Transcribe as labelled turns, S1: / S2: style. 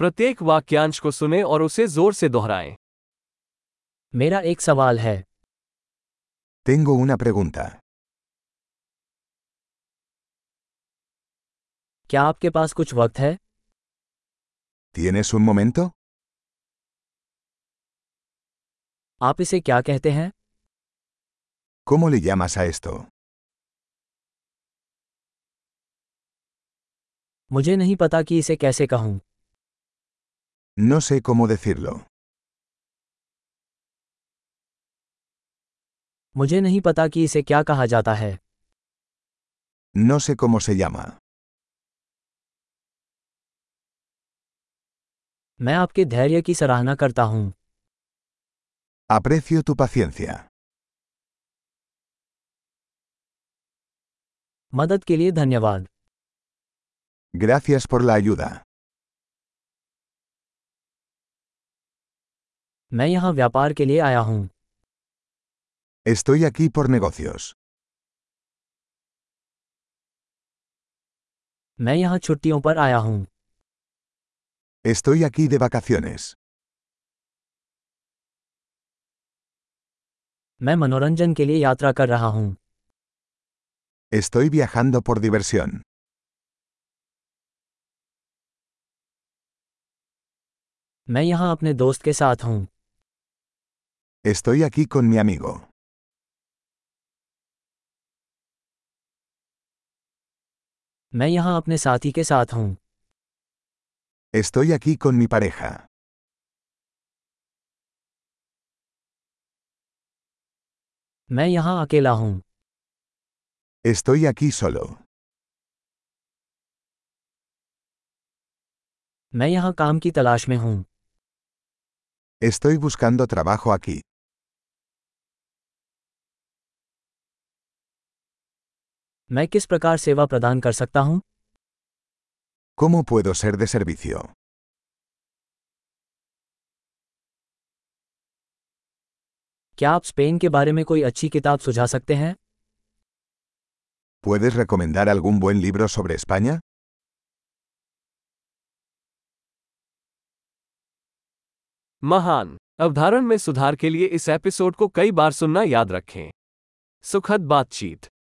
S1: प्रत्येक वाक्यांश को सुने और उसे जोर से दोहराएं
S2: मेरा एक सवाल है
S3: Tengo una pregunta.
S2: क्या आपके पास कुछ वक्त है
S3: ¿Tienes un momento?
S2: आप इसे क्या कहते हैं
S3: ¿Cómo le llamas a esto?
S2: मुझे नहीं पता कि इसे कैसे कहूँ
S3: No sé cómo decirlo.
S2: मुझे नहीं पता कि इसे क्या कहा जाता है
S3: No sé cómo se llama.
S2: मैं आपके धैर्य की सराहना करता हूँ
S3: Aprecio tu paciencia.
S2: मदद के लिए धन्यवाद
S3: Gracias por la ayuda.
S2: मैं यहाँ व्यापार के लिए आया हूँ
S3: Estoy aquí por negocios.
S2: मैं यहाँ छुट्टियों पर आया हूँ
S3: Estoy aquí de vacaciones.
S2: मैं मनोरंजन के लिए यात्रा कर रहा हूँ
S3: Estoy viajando por diversión.
S2: मैं यहाँ अपने दोस्त के साथ हूँ
S3: Estoy aquí con mi amigo.
S2: मैं यहाँ अपने साथी के साथ हूँ
S3: Estoy aquí con mi pareja.
S2: मैं यहाँ अकेला हूँ
S3: Estoy aquí solo.
S2: मैं यहाँ काम की तलाश में हूँ
S3: Estoy buscando trabajo aquí.
S2: मैं किस प्रकार सेवा प्रदान कर सकता हूँ
S3: ¿Cómo puedo ser de servicio?
S2: क्या आप स्पेन के बारे में कोई अच्छी किताब सुझा सकते हैं
S3: ¿Puedes recomendar algún buen libro sobre España?
S1: महान अवधारण में सुधार के लिए इस एपिसोड को कई बार सुनना याद रखें सुखद बातचीत